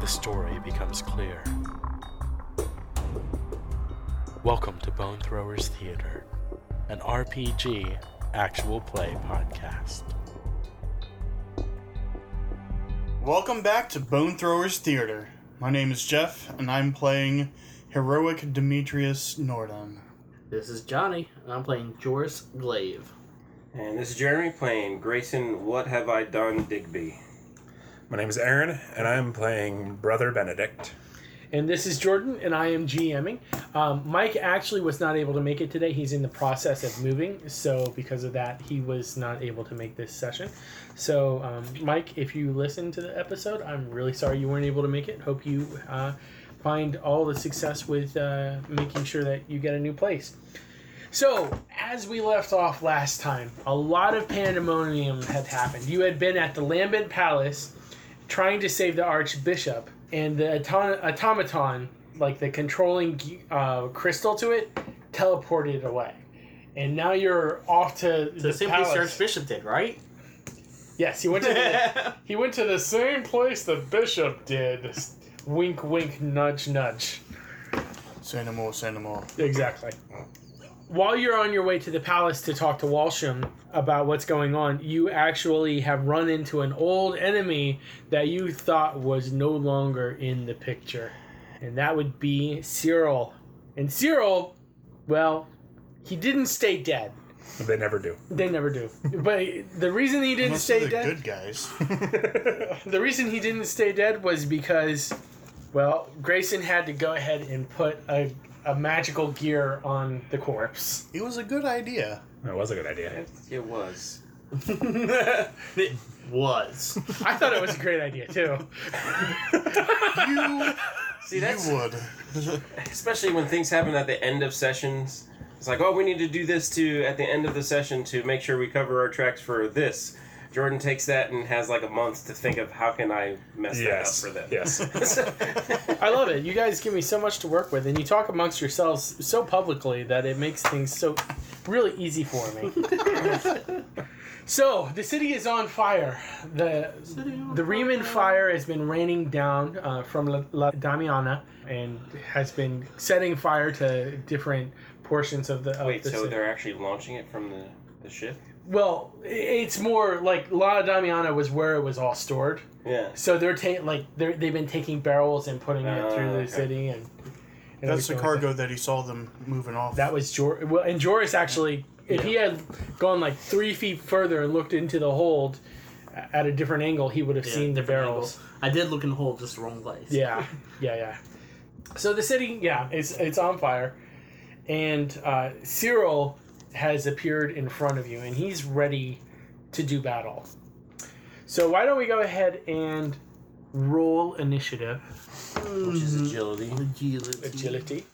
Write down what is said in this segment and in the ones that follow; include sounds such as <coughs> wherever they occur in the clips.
The story becomes clear. Welcome to Bone Throwers Theater, an RPG actual play podcast. Welcome back to Bone Throwers Theater. My name is Jeff, and I'm playing Heroic Demetrius Norden. This is Johnny, and I'm playing Joris Glaive. And this is Jeremy playing Grayson. What have I done, Digby? My name is Aaron, and I'm playing Brother Benedict. And this is Jordan, and I am GMing. Um, Mike actually was not able to make it today. He's in the process of moving, so because of that, he was not able to make this session. So, um, Mike, if you listen to the episode, I'm really sorry you weren't able to make it. Hope you uh, find all the success with uh, making sure that you get a new place. So, as we left off last time, a lot of pandemonium had happened. You had been at the Lambent Palace trying to save the archbishop and the auton- automaton like the controlling g- uh, crystal to it teleported away and now you're off to The the Simply palace. Search Bishop did, <laughs> right? yes he went to <laughs> the, he went to the same place the bishop did wink wink nudge nudge Say no more, say no more. Exactly. While you're on your way to the palace to talk to Walsham about what's going on, you actually have run into an old enemy that you thought was no longer in the picture. And that would be Cyril. And Cyril, well, he didn't stay dead. They never do. They never do. But the reason he didn't Most of stay the dead good guys. the reason he didn't stay dead was because, well, Grayson had to go ahead and put a, a magical gear on the corpse. It was a good idea. That was a good idea. It was. It <laughs> was. I thought it was a great idea too. You, See, that's you would. especially when things happen at the end of sessions. It's like, oh, we need to do this to at the end of the session to make sure we cover our tracks for this. Jordan takes that and has like a month to think of how can I mess Yes. that up for them. <laughs> Yes. I love it. You guys give me so much to work with, and you talk amongst yourselves so publicly that it makes things so really easy for <laughs> me. so the city is on fire. The the Riemann fire has been raining down uh, from La, La Damiana and has been setting fire to different portions of the. Of Wait, the so city. they're actually launching it from the, the ship? well, i- it's more like La Damiana was where it was all stored. Yeah. So they're taking like they're, they've been taking barrels and putting it through the Oh, okay. city and. and That's the everything like cargo that he saw them moving off. That was Jor. Well, and Joris actually, if he had gone like three feet further and looked into the hold a- at a different angle, he would have Yeah, seen the different barrels. angle. I did look in the hole, just the wrong place. Yeah, yeah, yeah. So the city, yeah, it's it's on fire, and uh, Cyril has appeared in front of you, and he's ready to do battle. So why don't we go ahead and roll initiative Which is agility. Agility. agility?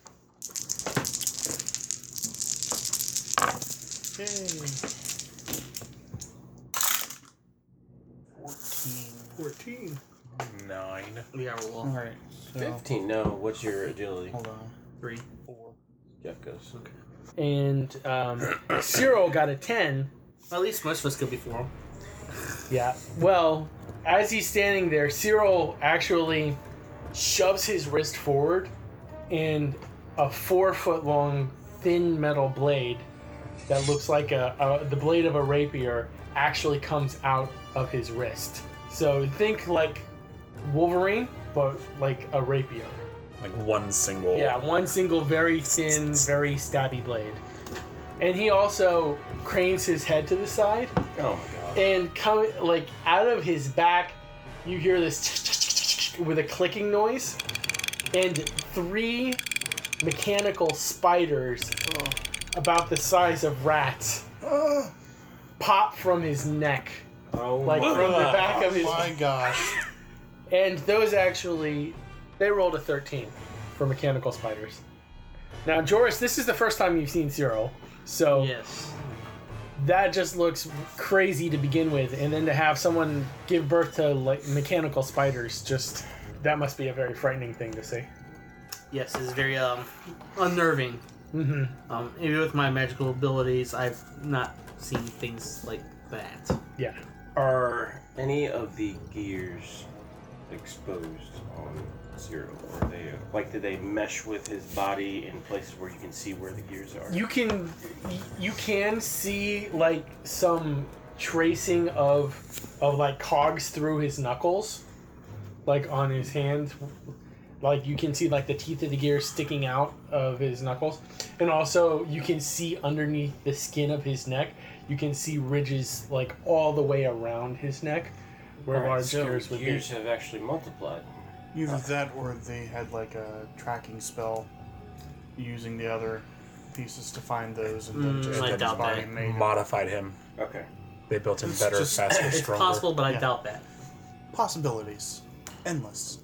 Yay. 14. Fourteen. Nine. Yeah, roll Alright, so. 15. No, what's your agility? Hold on. three. Four. Jeff goes. And um, <coughs> Cyril got a ten. At least most of us could before him. Yeah. Well, as he's standing there, Cyril actually shoves his wrist forward, and a four foot long thin metal blade that looks like a, a the blade of a rapier actually comes out of his wrist. So think like Wolverine, but like a rapier. Like one single. Yeah, one single very thin, very stabby blade. And he also cranes his head to the side Oh my god. and coming like out of his back you hear this <laughs> with a clicking noise and three mechanical spiders about the size of rats Oh, pop from his neck Oh like my from the god. back of his my gosh. and those actually They rolled a 13 for mechanical spiders. Now, Joris, this is the first time you've seen Cyril, so Yes. that just looks crazy to begin with, and then to have someone give birth to like mechanical spiders, just that must be a very frightening thing to see. Yes, it's very um, unnerving. hmm Um, even with my magical abilities, I've not seen things like that. Yeah. Are any of the gears exposed on Zero? Or are they like do they mesh with his body in places where you can see where the gears are? You can you can see like some tracing of of like cogs through his knuckles, like on his hand. Like you can see like the teeth of the gear sticking out of his knuckles, and also you can see underneath the skin of his neck. You can see ridges like all the way around his neck, where Alright, large so gears would gears be. have actually multiplied. Either that or they had like a tracking spell using the other pieces to find those and then Mm, just I get his doubt body that. made. Modified him. Okay. They built him It's better, just- faster, It's stronger. possible, but I Yeah. doubt that. Possibilities. Endless.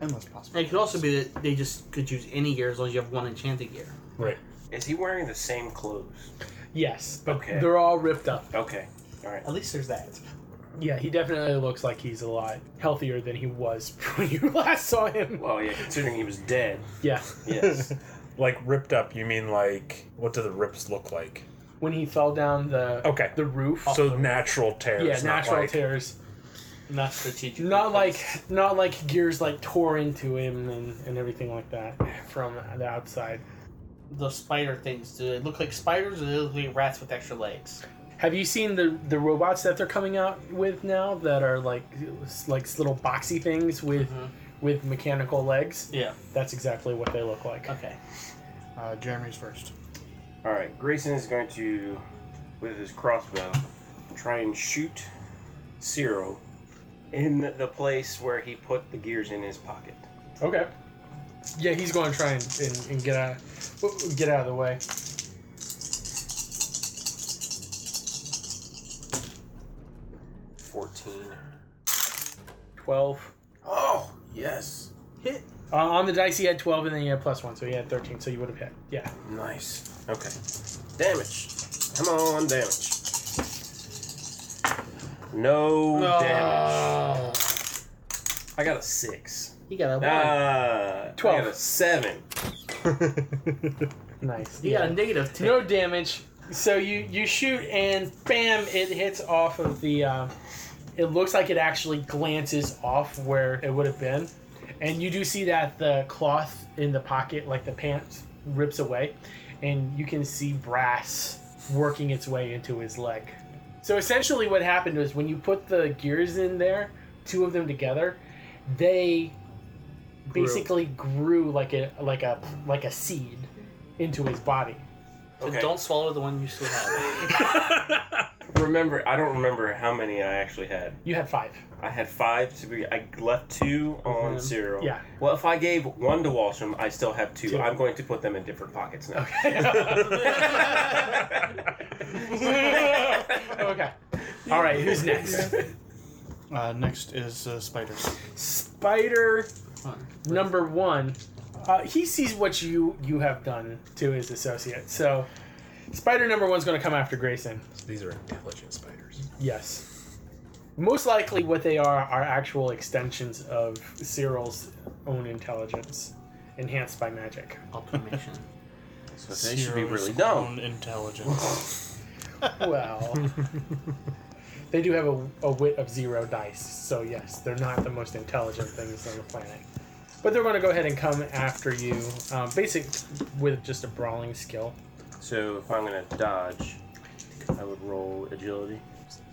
Endless And possibilities. it could also be that they just could use any gear as long as you have one enchanted gear. Right. Is he wearing the same clothes? Yes, but Okay. they're all ripped up. Okay. Alright. At least there's that. Yeah, he definitely looks like he's a lot healthier than he was <laughs> when you last saw him. Well yeah, considering he was dead. Yeah, <laughs> Yes. Like ripped up, you mean like what do the rips look like? when he fell down the Okay. the roof. so natural tears. yeah, not natural like- tears. Not strategic. Not like not like gears like tore into him and, and everything like that from the outside. the spider things. Do they look like spiders or do they look like rats with extra legs? Have you seen the the robots that they're coming out with now that are like like little boxy things with Mm-hmm. with mechanical legs? Yeah. That's exactly what they look like. Okay. Uh, Jeremy's first. All right, Grayson is going to, with his crossbow, try and shoot Cyril in the place where he put the gears in his pocket. Okay. Yeah, he's going to try and, and, and get out get out of the way. Fourteen. Twelve. Oh yes, Hit. Uh, on the dice, he had twelve, and then he had plus one, so he had thirteen. So you would have hit. Yeah. nice. Okay, damage. Come on, damage. No damage. I got a six. He got a one. Ah, I Twelve. got a seven. Nice. he got a negative two. No damage. So you you shoot and bam, it hits off of the. Um, it looks like it actually glances off where it would have been, and you do see that the cloth in the pocket, like the pants, rips away, and you can see brass working its way into his leg. So essentially, what happened was when you put the gears in there, two of them together, they Grew. basically grew like a like a like a seed into his body. Okay. Don't swallow the one you still have. <laughs> Remember, I don't remember how many I actually had. You had five. I had five to be. I left two on Mhm. Cyril. Yeah. Well, if I gave one to Walsham, I still have 2 Two. i I'm going to put them in different pockets now. <laughs> okay. All right. Who's next? Uh, next is uh, spiders. Spider One. number one. Uh, he sees what you you have done to his associate. So, Spider number one's going to come after Grayson. <laughs> These are intelligent spiders. Yes. Most likely, what they are are actual extensions of Cyril's own intelligence, enhanced by magic. Optimation. so they should be Zero's really dumb. own Intelligence. <laughs> Well, they do have a, a wit of zero dice, so yes, they're not the most intelligent things on the planet. But they're going to go ahead and come after you, um, basic with just a brawling skill. So if I'm going to dodge, I would roll agility.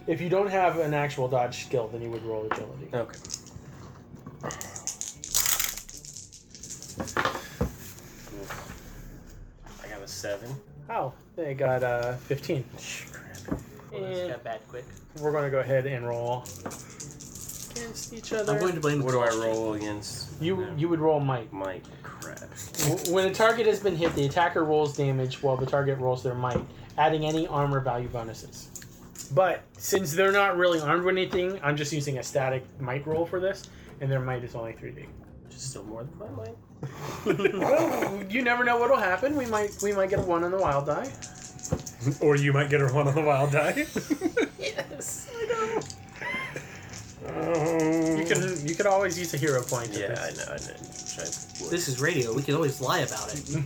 If you don't have an actual dodge skill, then you would roll agility. Okay. I got a seven. Oh, they got uh, 15. Shh, crap. Oh, this got bad quick. We're going to go ahead and roll against each other. I'm going to blame What do I roll against? you No. you would roll might. Mike. Crap. W- When a target has been hit, the attacker rolls damage while the target rolls their might, adding any armor value bonuses. But since they're not really armed with anything, I'm just using a static might roll for this, and their might is only 3d. Which is still more than my mind. Well, you never know what'll happen. We might we might get a one on the wild die. Or you might get her one on the wild die. <laughs> You can you could always use a hero point. at Yeah, this. I know. I know. Which I would. This is radio. We can always lie about it.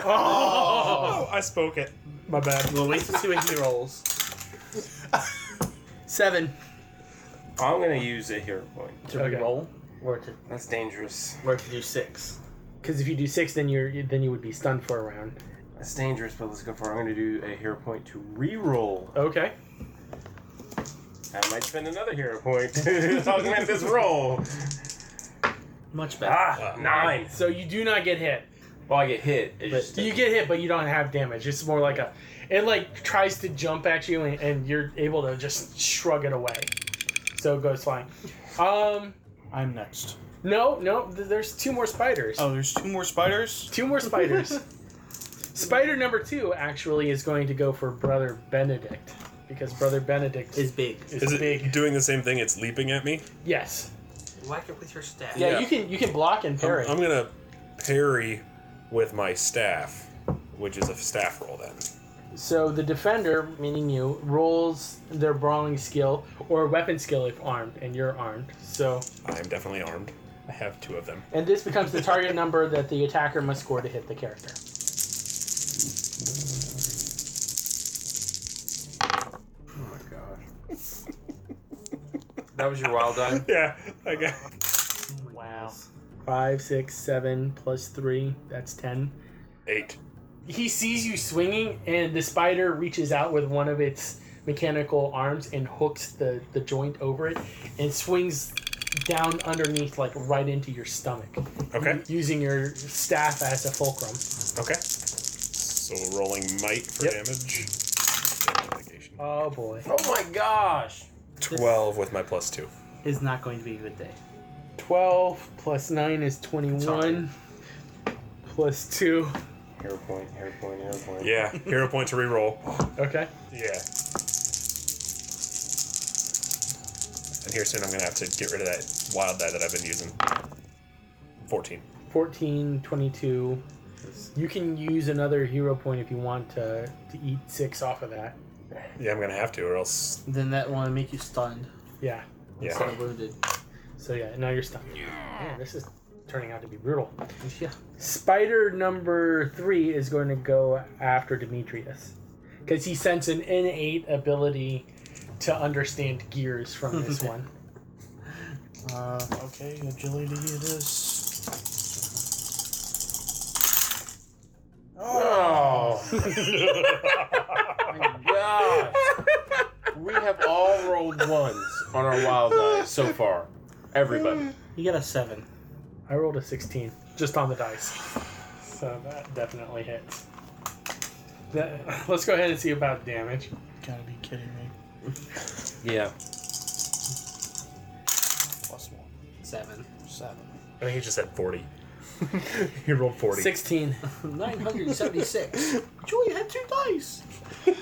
Oh, <laughs> I spoke it. My bad. We'll wait to see what he <laughs> rolls. Seven. I'm gonna use a hero point. To Okay. re-roll or to That's dangerous. or to do six. Because if you do six, then you're then you would be stunned for a round. That's dangerous, but let's go for it. I'm gonna do a hero point to re-roll. Okay. I might spend another hero point <laughs> to augment this roll. Much better. Ah, nine. So you do not get hit. Well, I get hit. It's just- You get hit, but you don't have damage. It's more like a, it like tries to jump at you, and, and you're able to just shrug it away. So it goes flying. Um, I'm next. no, no. Th- there's two more spiders. Oh, there's two more spiders. Two more spiders. Spider number two actually is going to go for Brother Benedict because Brother Benedict is, Is big. Is it big. doing the same thing? It's leaping at me. yes. Whack it with your staff. Yeah, Yeah. you can you can block and parry. I'm, I'm gonna parry with my staff, which is a staff roll then. So the defender, meaning you, rolls their brawling skill or weapon skill if armed, and you're armed. So I am definitely armed. I have two of them. and this becomes the target number that the attacker must score to hit the character. Oh my gosh. that was your wild eye. <laughs> Yeah, I got. Wow. Five, six, seven plus three. That's ten. Eight. He sees you swinging, and the spider reaches out with one of its mechanical arms and hooks the, the joint over it and swings down underneath, like right into your stomach, Okay. using your staff as a fulcrum. Okay. So rolling might for Yep. damage. Mitigation. Oh boy. Oh my gosh. Twelve with my plus two. Is not going to be a good day. 12 plus 9 is 21. Plus 2. Hero point, hero point, hero point. <laughs> Yeah. Hero point to reroll. Okay. Yeah. And here soon I'm gonna have to get rid of that wild die that I've been using. Fourteen. 14, 22. You can use another hero point if you want to, to eat 6 off of that. Yeah, I'm gonna have to, or else. Then that will make you stunned Yeah. Yeah. instead of wounded. So, yeah, now you're stuck. Man, this is turning out to be brutal. Yeah. Spider number 3 is going to go after Demetrius. Because he sends an innate ability to understand gears from this one. Uh, okay, agility it is. Oh my gosh. We have all rolled ones on our wild eye so far. Everybody. You got a seven. I rolled a 16 just on the dice. So that definitely hits. That- <laughs> let's go ahead and see about damage. Gotta be kidding me. Yeah. Plus one, <laughs> Seven. seven. I think he just said <laughs> forty. he rolled forty. 16. <laughs> 976. Joel, you had two dice.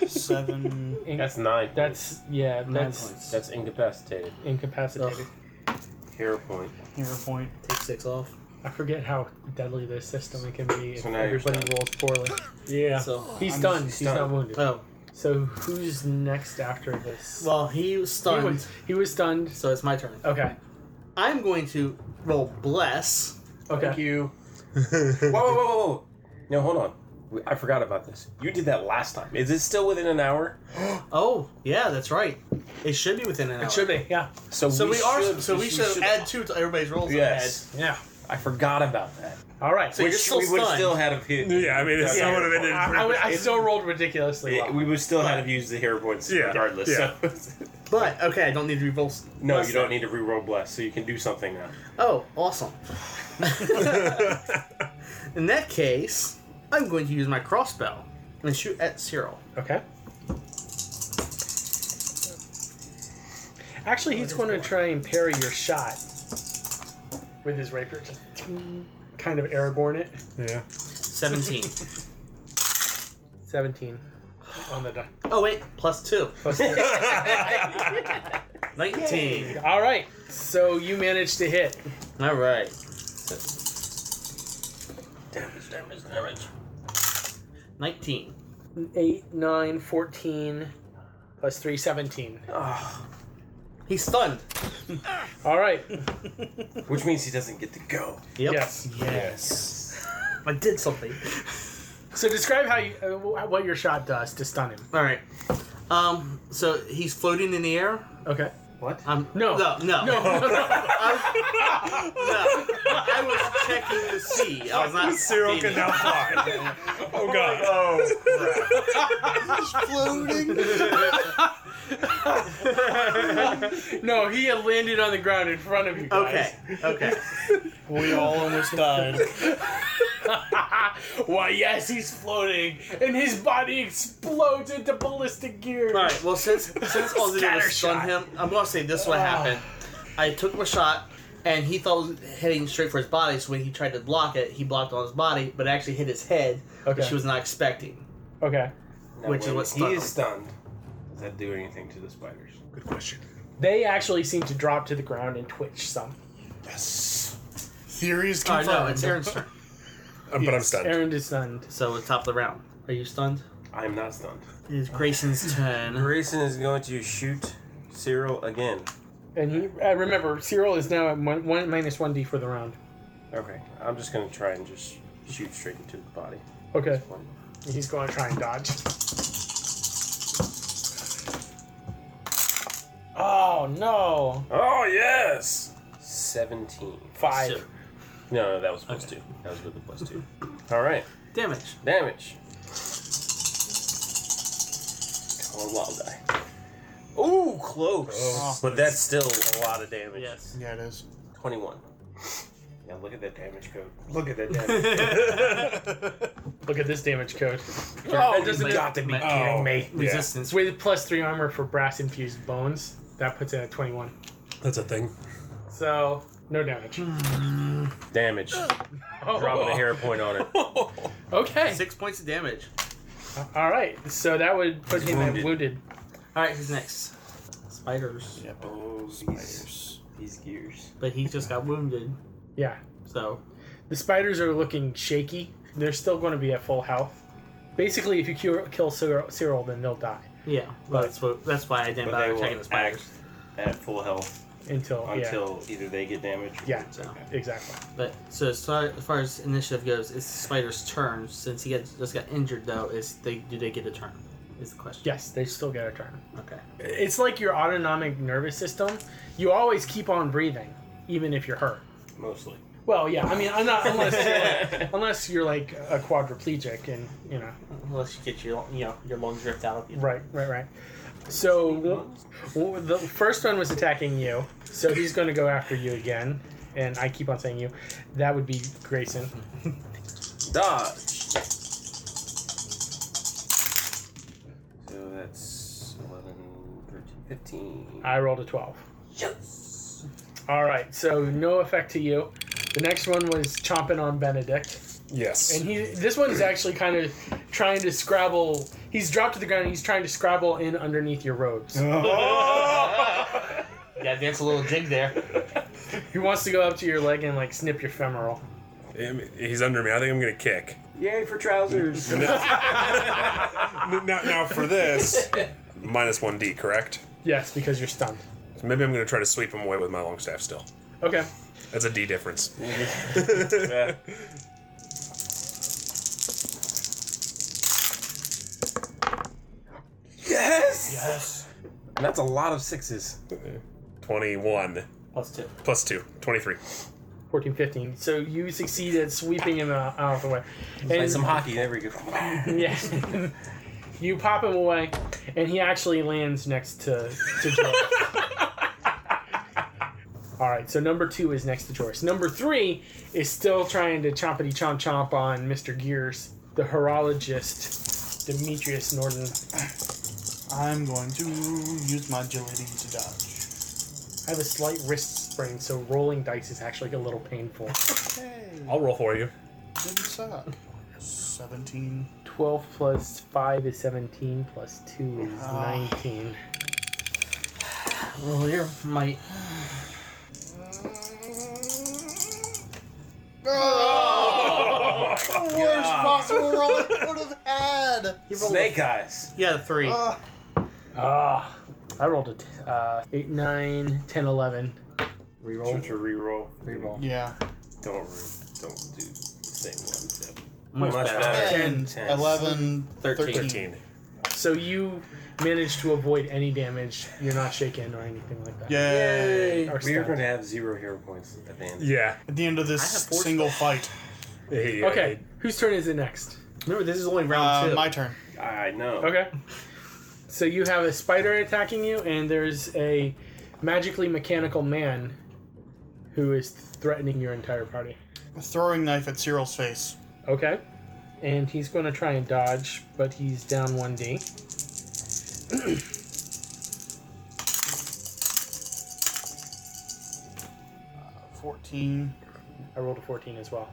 Seven. <laughs> That's nine. That's, yeah, Nine that's points. that's incapacitated. incapacitated. Ugh. Hero point. Hero point. Take six off. I forget how deadly this system it can be if So now you're everybody stunned. rolls poorly. Yeah. So he's I'm stunned. He's just not stunned. wounded. oh So who's next after this? well, he was he stunned. was, he was stunned. So it's my turn. Okay. I'm going to roll bless. Okay. you. whoa, whoa, whoa, whoa, whoa. No, hold on. We- I forgot about this. You did that last time. Is it still within an hour? Oh yeah, that's right. It should be within an hour. It should be. Yeah. So, So we, are. so we, should, should- add two to everybody's rolls. that we Yes. Yeah. I forgot about that. All right. So- But you're still we would stunned. still had have hit. Yeah, I mean, it's Yeah. yeah. would have been. I, I would- I still rolled ridiculously Yeah, well. we would still have used the hero points Yeah. regardless. Yeah. so- <laughs> had. But okay, I don't need to re-roll. s- no, bless you don't then. need to reroll bless, so you can do something now. Oh, awesome. In that case, I'm going to use my crossbow and shoot at Cyril. Okay. Actually, he's going to try and parry your shot with his rapier. Just kind of airborne it. yeah. Seventeen. 17 on the die. oh wait, plus two. Plus- Nineteen. All right, so you managed to hit. All right. Damage, damage, damage. Nineteen. 8, 9, 14, plus 3, 17. He's stunned. All right, Which means he doesn't get to go. Yep. yes. Yes. I did something. So describe how you, uh, wh- what your shot does to stun him. All right. Um. So he's floating in the air. Okay. What? Um. No. No. <laughs> No. No, no, <laughs> no. No. I was checking to see. I was not. Cyril can speeding. now fly. oh god. Oh, no, he had landed on the ground in front of you guys. Okay. Okay. <laughs> we all almost died. Okay. <laughs> Why, yes, he's floating, and his body explodes into ballistic gear. All right. Well, since since all I did was stun Scattershot. him, I'm gonna say this is Ah. what happened. I took my shot, and he thought it was heading straight for his body. So when he tried to block it, he blocked on his body, but it actually hit his head, Okay. which he was not expecting. Okay. Now, Which is when what he stunned is him. stunned. Does that do anything to the spiders? Good question. They actually seem to drop to the ground and twitch some. Yes. Theories All right. confirmed. No, it's Aaron's turn. Um, But I'm stunned. Aaron is stunned. So it's top of the round. Are you stunned? I am not stunned. It is Grayson's turn. Grayson is going to shoot Cyril again. And he, uh, remember, Cyril is now at one, one, minus 1d for the round. Okay, I'm just gonna try and just shoot straight into the body. Okay. He's going to try and dodge. Oh, no. Oh yes, seventeen. Five. So, No, no, that was plus two. That was with the plus two. All right, damage. damage. Oh, wild die. Ooh, Oh, close. But that's still a lot of damage. Yes. Yeah, it is. Twenty-one. Yeah, look at that damage code. Look at <laughs> that damage. Look at this damage code. oh, doesn't you got to be kidding me. Resistance. It's with plus three armor for brass infused bones. That puts it at 21. That's a thing. So, no damage. Damage. Dropping a hair point on it. <laughs> Okay. Six points of damage. All right. So that would put He's him at wounded. wounded. All right, who's next? Spiders. Yep. Oh, Spiders. These gears. But he just got wounded, Yeah. so The spiders are looking shaky. They're still going to be at full health. Basically, if you cure, kill Cyr- Cyril, then they'll die yeah. Well, that's what. That's why I didn't But they bother will checking the spiders. act at full health until yeah, until either they get damaged. Or Yeah. it's okay. exactly. But so as far, as far as initiative goes, it's the spider's turn. Since he got, just got injured, though, is they do they get a turn? Is the question. Yes, they still get a turn. Okay. It's like your autonomic nervous system. You always keep on breathing, even if you're hurt. Mostly. Well, yeah. I mean, I'm not unless you're <laughs> like, unless you're like a quadriplegic, and you know, Unless you get your you know your lungs ripped out of you. right, right, right. So well, the first one was attacking you, so he's going to go after you again. And I keep on saying you. That would be Grayson. Dodge. So that's 11, 13, 15. I rolled a twelve. Yes. All right, so no effect to you. The next one was chomping on Benedict, Yes. and he. This one's actually kind of trying to scrabble. He's dropped to the ground. and He's trying to scrabble in underneath your robes. Yeah, that's a little jig there. He wants to go up to your leg and like snip your femoral. Him- He's under me. I think I'm gonna kick. Yay for trousers. N- Now, now for this, minus one D, correct? Yes, because you're stunned. So maybe I'm gonna try to sweep him away with my long staff still. Okay. That's a D difference. yes. And that's a lot of sixes. 21 Plus two. plus 2, 23. 14, 15. So you succeed at sweeping him out, out of the way. And And some hockey. There we <laughs> go. <laughs> yeah, you pop him away, and he actually lands next to to Joris. All right, so number two is next to Joris. Number three is still trying to chompity chomp chomp on Mr. Gears, the horologist, Demetrius Norton. I'm going to use my agility to dodge. I have a slight wrist sprain, so rolling dice is actually a little painful. I'll roll for you. Didn't suck. 17. 12 plus 5 is 17, plus 2 is Ah. 19. Roll your might. Oh! Worst possible roll I could have had. Snake eyes. <laughs> Yeah, three. Ah. Ah, I rolled a t- uh, 8, 9, 10, 11. Reroll. to reroll. Reroll. Yeah. Don't re- don't do the same one. Much Much better. better. 10, Ten. 11, Thirteen. 13. Thirteen. So you managed to avoid any damage. You're not shaken or anything like that. Yay. Or We are stunned. going to have zero hero points at the end. Yeah. uh, At the end of this I have four single fight, Hey, Okay, whose turn is it next? Remember, this is only round uh, two. my turn. I know. Okay. So you have a spider attacking you, and there's a magically mechanical man who is threatening your entire party. A throwing knife at Cyril's face. Okay. And he's going to try and dodge, but he's down 1d. Uh, 14. I rolled a 14 as well.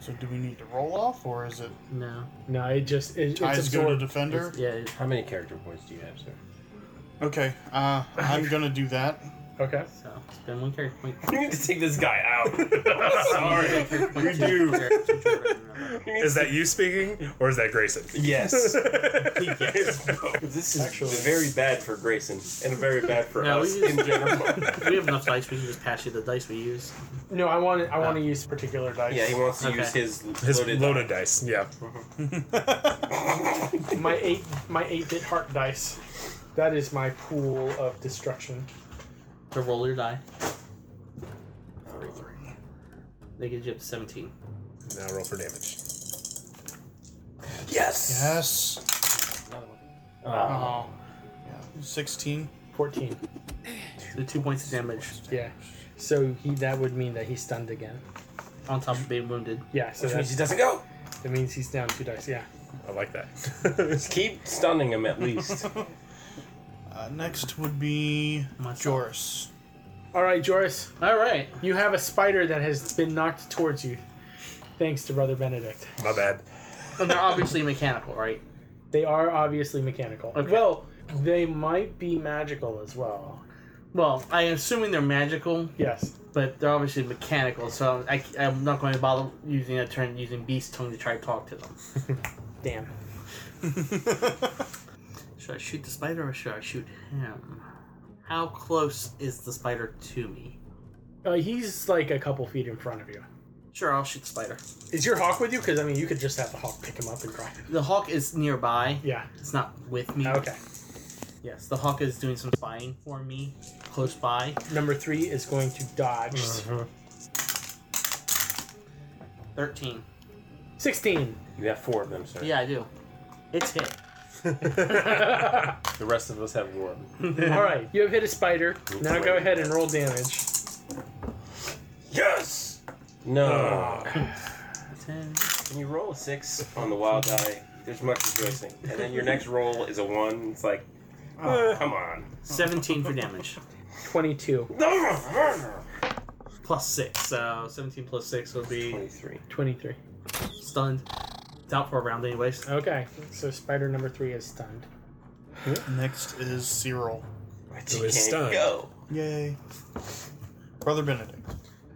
So do we need to roll off, or is it no. No, it just it, it's ties go to absorbed. defender? Yeah, it- How many character points do you have, sir? Okay, uh, I'm gonna do that. Okay. so spend one character point. You need to take this guy <laughs> out. Sorry. You do. Is that you speaking or is that Grayson? <laughs> Yes. yes. <laughs> This is very bad for Grayson and very bad for No, us we just- in general. <laughs> <laughs> we have enough dice. We can just pass you the dice we use. No, I want to, I want to use particular dice. yeah, he wants to Okay. use his, His loaded. loaded, dice. Yeah. My eight my eight bit heart dice. That is my pool of destruction. To roll your die, Three, three. they get you up to seventeen. Now roll for damage. Yes. Yes. Oh. Oh. Yeah. 16. Fourteen. The two points of damage Yeah. So he that would mean that he's stunned again. on top of being wounded. Yeah. So Which means he that, doesn't go. that means he's down two dice. Yeah. I like that. <laughs> Just keep stunning him at least. Uh, next would be Myself. Joris. All right, Joris. All right. You have a spider that has been knocked towards you, thanks to Brother Benedict. My bad. And they're obviously mechanical, right? They are obviously mechanical. Okay. Well, they might be magical as well. Well, I'm assuming they're magical, Yes. but they're obviously mechanical. So I, am not going to bother using a turn using beast tongue to try to talk to them. Damn. Should I shoot the spider or should I shoot him? How close is the spider to me? Uh, he's like a couple feet in front of you. Sure, I'll shoot the spider. Is your hawk with you? Because I mean, you could just have the hawk pick him up and drive him. The hawk is nearby. Yeah. It's not with me. Okay. Yes, the hawk is doing some spying for me close by. Number three is going to dodge. Mm-hmm. 13. Sixteen. You have four of them, sir. <laughs> Yeah, I do. It's hit. The rest of us have one. All right. You have hit a spider. Now go ahead and roll damage. Yes. No. Ten. When you roll a six on the wild die, there's much rejoicing. And then your next roll is a one. It's like, oh, come on. 17 for damage. Twenty-two. Plus 6, so 17 plus 6 would be 23. Twenty-three. stunned. It's out for a round, anyways. Okay. So spider number three is stunned. Next is Cyril. But Who you is can't stunned. go. Yay. Brother Benedict.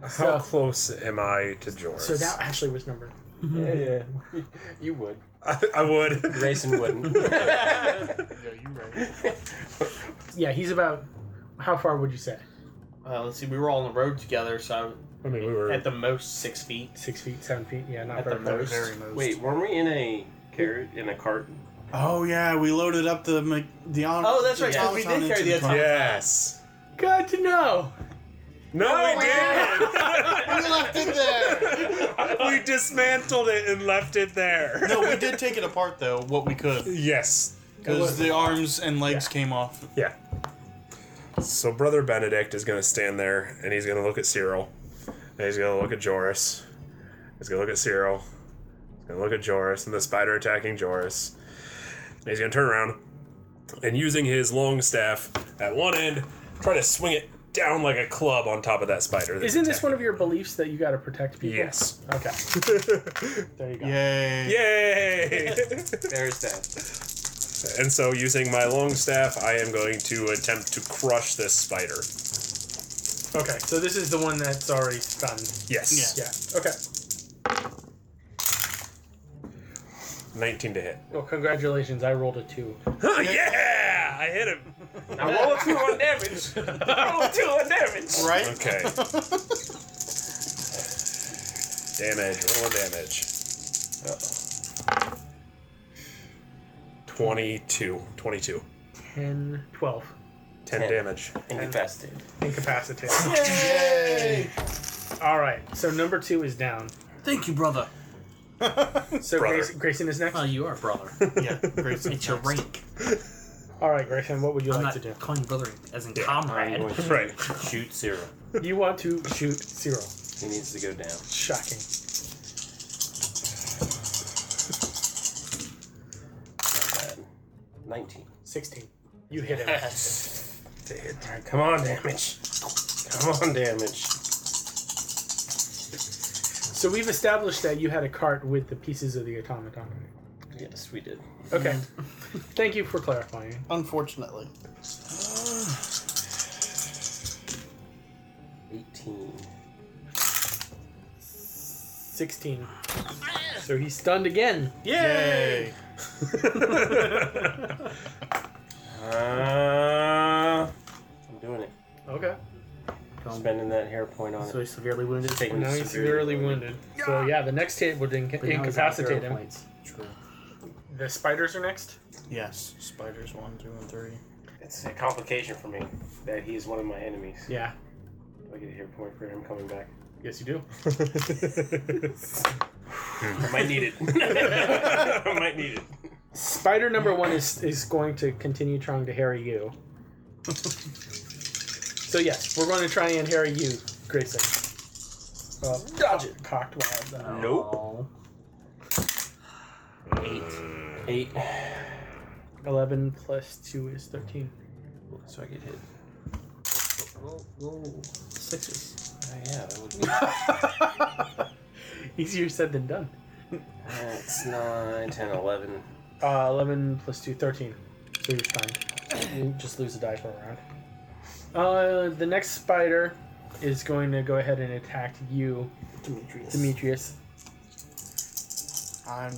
How So- close am I to Joris? So that actually was number. Yeah, yeah. <laughs> You would. I, <laughs> I would. Grayson wouldn't. Yeah, you right. Yeah, he's about. How far would you say? Uh, let's see, we were all on the road together, so I mean, we were. at the most 6 feet. Six feet, seven feet. Yeah, not At very the far. most. Very most. <laughs> Wait, weren't we in a carriage, in a cart? Oh yeah, we loaded up the me- the on- Oh, that's right, 'cause we automaton did into carry the car. automaton. yes. Good to know. No, we We left it there. did. <laughs> we dismantled it and left it there. No, we did take it apart though, what we could, <laughs> Yes. because the arms and legs came off. Yeah. So brother Benedict is gonna stand there and he's gonna look at Cyril, and he's gonna look at Joris, he's gonna look at Cyril, he's gonna look at Joris and the spider attacking Joris, and he's gonna turn around and using his long staff at one end, try to swing it down like a club on top of that spider. that's Isn't this attacking. one of your beliefs that you got to protect people? Yes. <laughs> Okay. There you go. Yay. Yay! There's that. And so, using my long staff, I am going to attempt to crush this spider. Okay, so this is the one that's already stunned. Yes. Yeah. Okay. 19 to hit. Well, congratulations. I rolled a two. yeah! I hit him. Now roll a two on damage. roll a two on damage. Right? <laughs> Okay. damage. Roll a damage. Uh-oh. 22. 22. 10, 12. 10 Ten. damage. Infested. Incapacitated. Yay! All right, so number two is down. Thank you, brother. So Brother. Grace, Grayson is next. Oh, you are <laughs> brother. Yeah, great. It's your rank. All right, Grayson, what would you I'm like not to do? calling brother as in I'm comrade. going to Right. shoot zero. You want to shoot zero. He needs to go down. Shocking. Not bad. Nineteen. 16. You <laughs> hit him. Yes. Alright, come on, damage. Come on, damage. so we've established that you had a cart with the pieces of the automaton. Yes, we did. Okay. <laughs> Thank you for clarifying. Unfortunately. 18. 16. So he's stunned again. Yay! Uh, I'm doing it. Okay. Spending that hair point on So it. he's severely wounded. Taking Now he's severely wounded. So yeah, the next hit would inca- But now he's at zero incapacitate him. points. True. The spiders are next. Yes, spiders one, two, and three. It's a complication for me that he's one of my enemies. Yeah. Do I get a hair point for him coming back. Yes, you do. I might need it. <laughs> I might need it. Spider number one is is going to continue trying to harry you. so yes, we're going to try and harry you, Grayson. Well, dodge it, cocked wild. eye. Nope. Oh. Eight. Eleven plus two is thirteen. So I get hit. Roll, roll sixes. Oh, yeah, that would <laughs> Easier said than done. That's 9, 10, 11. Uh, Eleven plus two, thirteen. So you're fine. You just lose a die for a round. Uh, the next spider is going to go ahead and attack you, Demetrius. Demetrius. I'm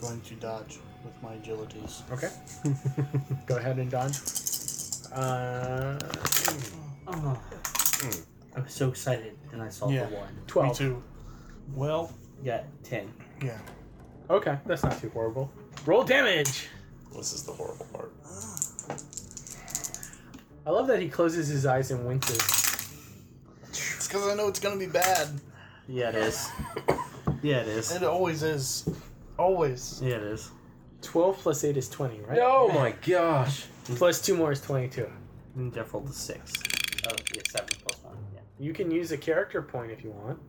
going to dodge with my agilities. Okay. Go ahead and dodge. Uh, Oh. I was so excited, and I saw Yeah. the one. 12. Me too. Well, Yeah, ten. yeah. Okay, that's not too horrible. Roll damage! <laughs> This is the horrible part. I love that he closes his eyes and winces. It's because I know it's gonna be bad. Yeah, it is. yeah, it is. It always is. Always. Yeah, it is. 12 plus 8 is 20, right? Oh my gosh. Plus 2 more is 22. And Jeff rolled a six. Oh, yeah, seven plus one. Yeah. You can use a character point if you want.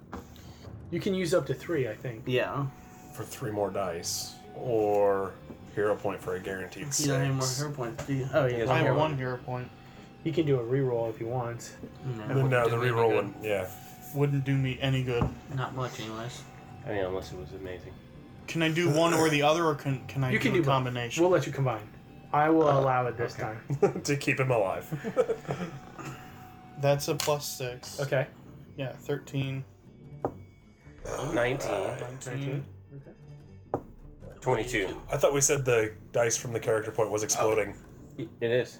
You can use up to 3, I think. Yeah. For three more dice, or hero point for a guaranteed You don't have any more six. hero points, do you? Oh, yeah. has I hero have one hero point. You can do a reroll if you want. No, No, the reroll one. Yeah. Wouldn't do me any good. not much, anyways. I mean, unless it was amazing. Can I do one or the other, or can can I You do can a do both. combination? Uh, We'll let you combine. I will allow it this time. <laughs> to keep him alive. That's a plus six. Okay. Yeah, 13. 19. Uh, 19. 22. I thought we said the dice from the character point was exploding. It is.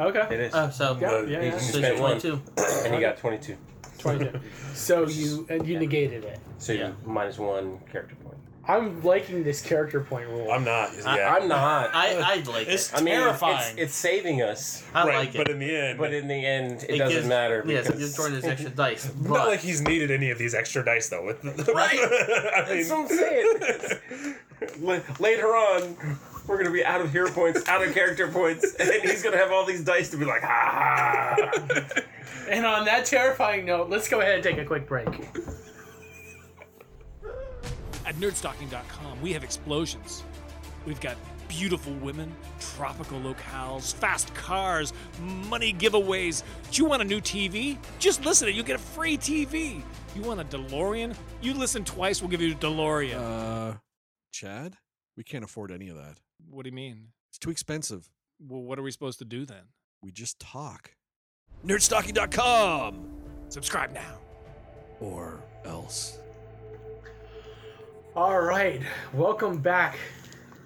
Okay. It is. Oh, so. Yeah, The- yeah, yeah. he's- So you're Spent one. 22. and he got 22. 22. So you and you negated it. So you Yeah. minus one character point. I'm liking this character point rule. I'm not. yeah. I'm not. I, I like it. It's I mean, it's, terrifying. it's saving us, I right, like it. but in the end, but in the end, it, It doesn't gives- matter Yes, because it gives Jordan his extra <laughs> dice. But not like he's needed any of these extra dice though. <laughs> right. I mean, That's what I'm <laughs> saying. <laughs> It's- la- Later on, we're gonna be out of hero points, out of character points, and he's gonna have all these dice to be like, ha ha, ha. And on that terrifying note, let's go ahead and take a quick break. At nerdstocking.com, we have explosions. We've got beautiful women, tropical locales, fast cars, money giveaways. Do you want a new TV? Just listen to it. You get a free TV. You want a DeLorean? You listen twice, we'll give you a DeLorean. Uh, Chad, we can't afford any of that. what do you mean? It's too expensive. Well, what are we supposed to do then? We just talk. Nerdstocking.com Subscribe now. or else. All right, welcome back,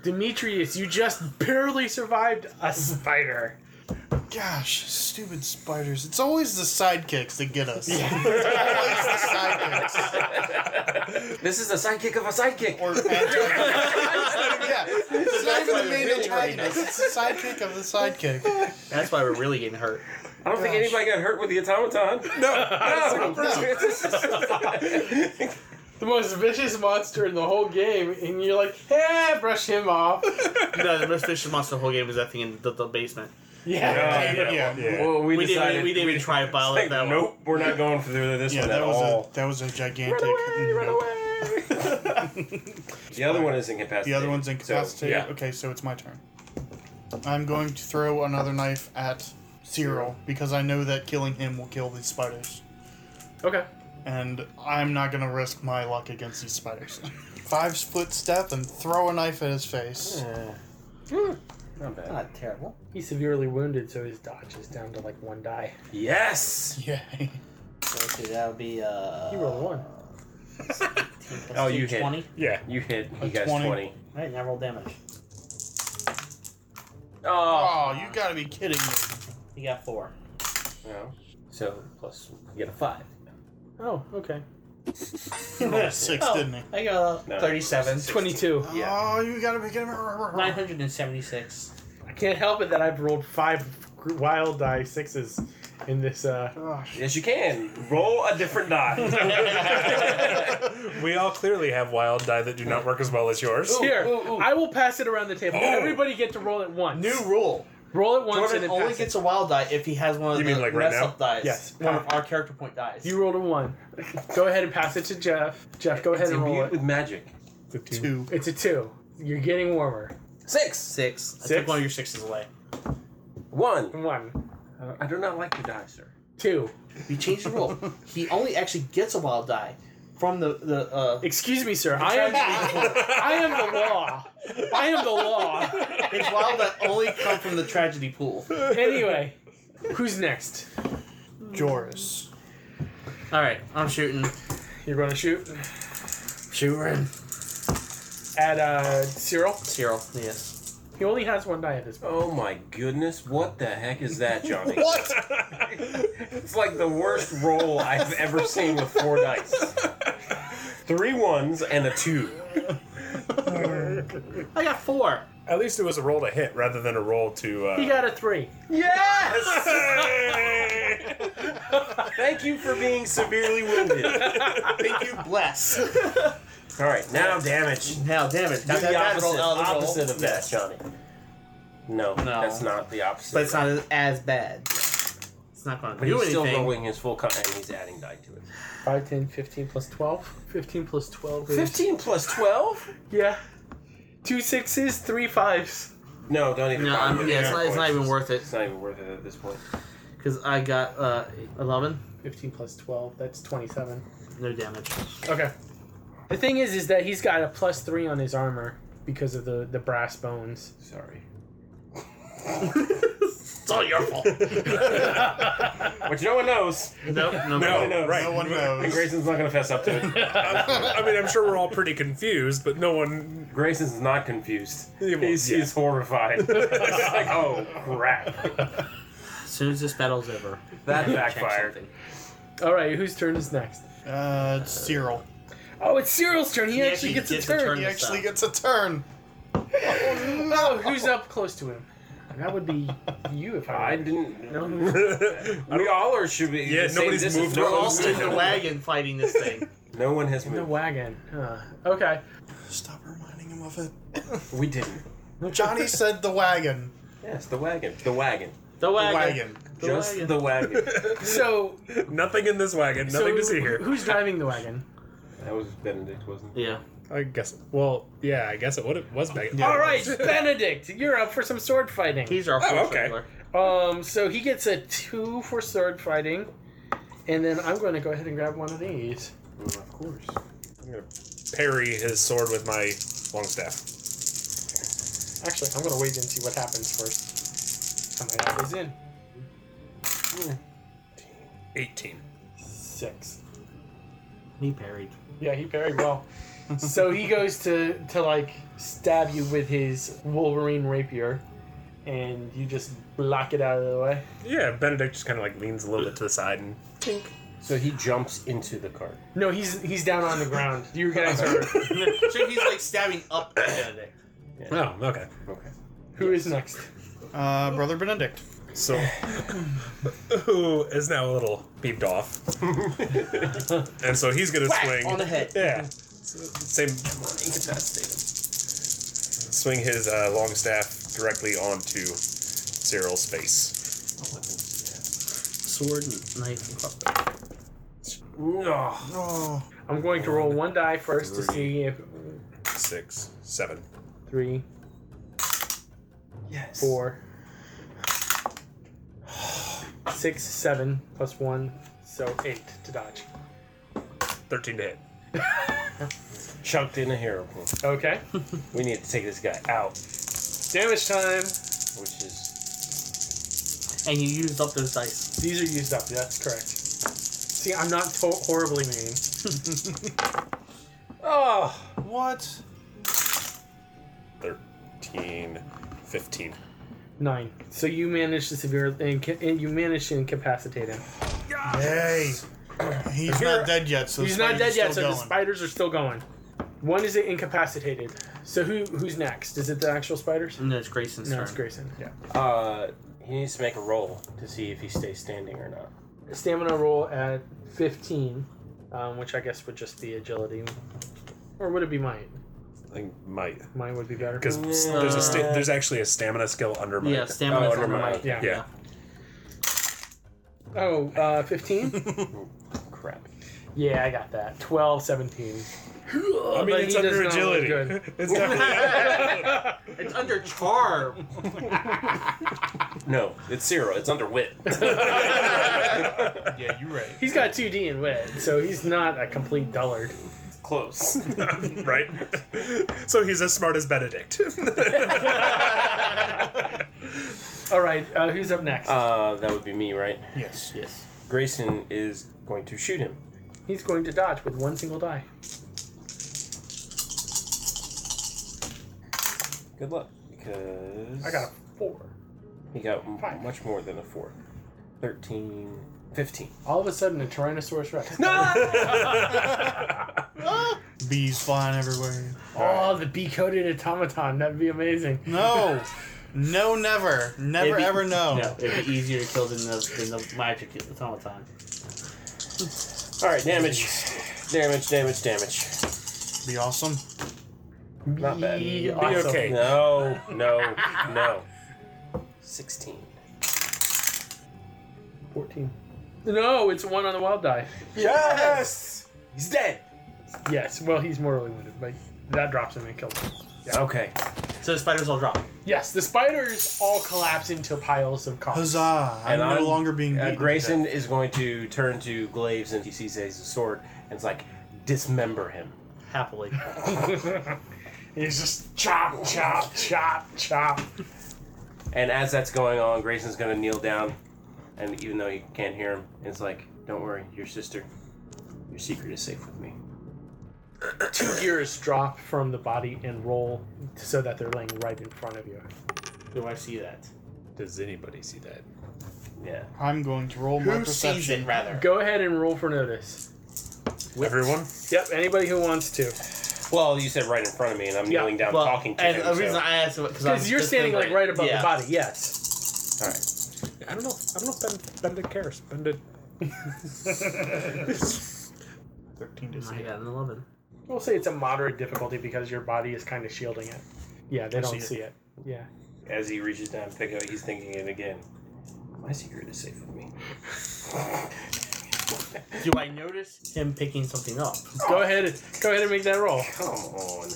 Demetrius. You just barely survived a spider. Gosh, stupid spiders. It's always the sidekicks that get us. it's always the sidekicks. This is a sidekick of a sidekick. Or uh, yeah, it's not even the main antagonist. It's the sidekick of the sidekick. That's why we're really getting <laughs> hurt. I don't think anybody got hurt with the automaton. <laughs> No, <laughs> The most vicious monster in the whole game, and you're like, hey, brush <laughs> him off. No, the most vicious monster of the whole game was that thing in the, the basement. Yeah. Yeah, yeah. Well, we, We didn't, decided we didn't even try to violate like, that one. nope, we're not going through this one at that was all. a that was a gigantic. nope. the other one is incapacitated. The other one's incapacitated. So, yeah. Okay, so it's my turn. I'm going to throw another knife at Cyril because I know that killing him will kill these spiders. Okay. And I'm not going to risk my luck against these spiders. <laughs> Five split step and throw a knife at his face. Not bad. Not terrible. He's severely wounded, so his dodge is down to like one die. Yes. <laughs> Yay. So okay, that would be uh. He rolled a one. Oh, you hit. twenty. Yeah. You hit. He A got 20. 20. All right, now roll damage. Oh. Oh, you gotta be kidding me. He got four. No. So plus you get a five. Oh, okay. He rolled a six, didn't he? I got uh, No. thirty-seven. Twenty-two. Oh, you gotta be kidding <laughs> Nine me. hundred and <laughs> seventy-six. I can't help it that I've rolled five wild die sixes in this. uh Gosh. Yes, you can. Roll a <laughs> different <laughs> die. <laughs> We all clearly have wild die that do not work as well as yours. Here, ooh, ooh. I will pass it around the table. Everybody get to roll it once. New rule. Roll it once Jordan and then only pass it. gets a wild die if he has one of You the mean like right mess now? up dice. Yes. One of our character point dies. You rolled a one. Go ahead and pass it to Jeff. Jeff, go ahead it's and roll imbued it. with magic. The two. Two. It's a two. You're getting warmer. Six. six. I took Six? one of your sixes away. One. One, I do not like your die, sir. two. We changed the rule. he only actually gets a wild die from the the. Uh, Excuse me, sir. <laughs> I am. I am the law. I am the law. it's wild that only come from the tragedy pool. Anyway, who's next? Joris. All right, I'm shooting. You're going to shoot Shooting. at uh, Cyril. Cyril. Yes. He only has one die at this point. Oh my goodness! What the heck is that, <laughs> Johnny? what? <laughs> it's like the worst roll I've ever seen with four dice. Three ones and a two. I got four. At least it was a roll to hit rather than a roll to. Uh, He got a three. Thank you for being severely wounded. Thank you, bless. All right, now damage. now, damn it. That- That's the that roll- opposite, oh, the roll. opposite of that, Yes. Johnny. No, that's not the opposite. But it's not as- as bad. It's not going to But do he's anything. still rolling his full con, and he's adding die to it. 5, 10, 15 plus 12. 15 plus 12 is. Fifteen plus twelve? Yeah. Two sixes, three fives. No, don't even. No, bother I'm, with yeah, it's the not, it's not even points. worth it It's not even worth it at this point. because I got uh, 11. 15 plus 12, that's 27. No damage. Okay. The thing is, is that he's got a plus three on his armor because of the, the brass bones. Sorry. It's all your fault. Which no one knows. <laughs> nope, no, No one no. knows. No <laughs> one And knows. Grayson's not going to fess up to it. <laughs> I mean, I'm sure we're all pretty confused, but no one. Grayson's not confused. Yeah, well, He's, yeah. <laughs> he's horrified. it's like, oh crap, As soon as this battle's over, that check backfired. something. All right, whose turn is next? Uh, it's Cyril. Oh, it's Cyril's turn. He, actually actually gets, gets a a turn. He Yes, actually sir. gets a <laughs> turn. Oh, who's up close to him? That would be you if I. I didn't. No, who's- <laughs> We all are should be. Yeah, the same nobody's distance. moved. No We're all one's Lost in moved. the wagon fighting this thing. No one has the moved. wagon. Huh. Okay. Stop reminding him of it. We didn't. Johnny said the wagon. Yes, the wagon. The wagon. <laughs> The The wagon. wagon. The Just wagon. the <laughs> wagon. So, <laughs> Nothing in this wagon. Nothing so to see here. who's driving the wagon? That was Benedict, wasn't it? Yeah. I guess. Well, yeah, I guess it would. It was back. All right, Benedict, you're up for some sword fighting. He's our Oh, fortune okay. teller. Um, so he gets a two for sword fighting, and then I'm going to go ahead and grab one of these. Mm, Of course. I'm gonna parry his sword with my long staff. Actually, I'm gonna wait and see what happens first. I might have these in. 18. Six. He parried. Yeah, he parried well. so he goes to to like stab you with his Wolverine rapier, and you just block it out of the way. Yeah, Benedict just kind of like leans a little bit to the side and So he jumps into the cart. No, he's he's down on the ground. You guys are. so he's like stabbing <coughs> up at Benedict. oh, okay. Okay. Who is next? Uh, Brother Benedict. <laughs> So, who is now a little <laughs> beeped off, and so he's gonna swing on the head. Yeah, So, same. Swing his uh, long staff directly onto Cyril's face. Sword, and knife, and club. Oh, I'm going to roll one die first to see if Six, seven. three, yes. four, six, seven plus one, so eight to dodge. 13 to hit. Chunked in a hero. Okay, We need to take this guy out, damage time. which is And you used up those dice. These are used up. That's correct. See, I'm not to- horribly mean. oh What? 13, 15. Nine. So you managed to severely inca- and you managed to incapacitate him. Hey. He's you're- not dead yet, so He's the not spider's dead yet, so still the going. spiders are still going. One is incapacitated. So who who's next? Is it the actual spiders? No, it's Grayson's No, turn. it's Grayson. Yeah. Uh, he needs to make a roll to see if he stays standing or not. Stamina roll at fifteen, um, which I guess would just be agility, or would it be mine? I think might. Mine would be better. Because there's, a sta- there's actually a stamina skill under might. Yeah, stamina Oh, under never my mind. yeah. Yeah. Oh, uh, 15? Crap. yeah, I got that. 12, 17. I mean, Oh, But it's he does under not look agility. good. <laughs> It's definitely. It's under charm. No, it's zero. It's under <laughs> wit. Yeah, you're right. He's got 2D in wit, so he's not a complete dullard. Close. <laughs> right? so he's as smart as Benedict. All right, uh, who's up next? Uh, that would be me, right? Yes. yes. Grayson is going to shoot him. he's going to dodge with one single die. Good luck, because I got a four. he got m- Five. much more than a four. 13, 15. All of a sudden, a Tyrannosaurus Rex. Bees flying everywhere. Oh, the B-coated automaton. That'd be amazing. <laughs> No. No, never. Never, It'd be- ever know. No, it'd be easier to kill than the, than the magic automaton. All right, damage, damage, damage, damage. Be awesome. Not bad. Be Be awesome. okay. No, no, no. 16. 14. No, it's one on the wild die. Yes! He's dead! Yes, well, he's mortally wounded, but that drops him and kills him. Okay. So the spiders all drop. Yes, the spiders all collapse into piles of cobwebs. Huzzah. I'm And no I'm- longer being Uh, beaten. to Grayson death. is going to turn to Glaves and he sees Aza's sword and it's like, dismember him. Happily. <laughs> He's just chop, chop, chop, chop. And as that's going on, Grayson's going to kneel down. And even though you can't hear him, it's like, don't worry, your sister, your secret is safe with me. Two gears drop from the body and roll so that they're laying right in front of you. Do I see that? Does anybody see that? Yeah. I'm going to roll my Who sees it perception. rather? Go ahead and roll for notice. Everyone? Yep, anybody who wants to. Well, you said right in front of me, and I'm Yeah, kneeling down Well, talking to and him. the reason so- I asked because Because you're standing like right above the body, yes. All right. I don't know. I don't know if ben, Benedict cares. Benedict. 13 to I see. got an eleven. We'll say it's a moderate difficulty because your body is kind of shielding it. Yeah, they don't see it. see it. Yeah. As he reaches down to pick it up, he's thinking it again. My secret is safe with me. Do I notice him picking something up? Go ahead and go ahead and make that roll. <laughs> Come on.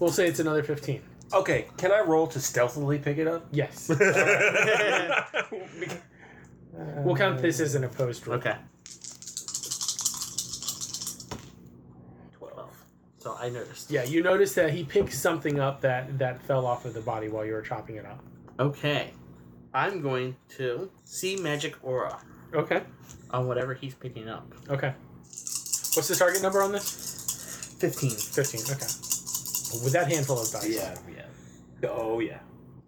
We'll say it's another fifteen. Okay, can I roll to stealthily pick it <laughs> up? Yes. we'll count this as an opposed roll. Okay. Twelve. So I noticed. Yeah, you notice that he picked something up that that fell off of the body while you were chopping it up. Okay. I'm going to see magic aura Okay. on whatever he's picking up. Okay. What's the target number on this? Fifteen. Fifteen. Okay. With that handful of dice, yeah. Oh yeah.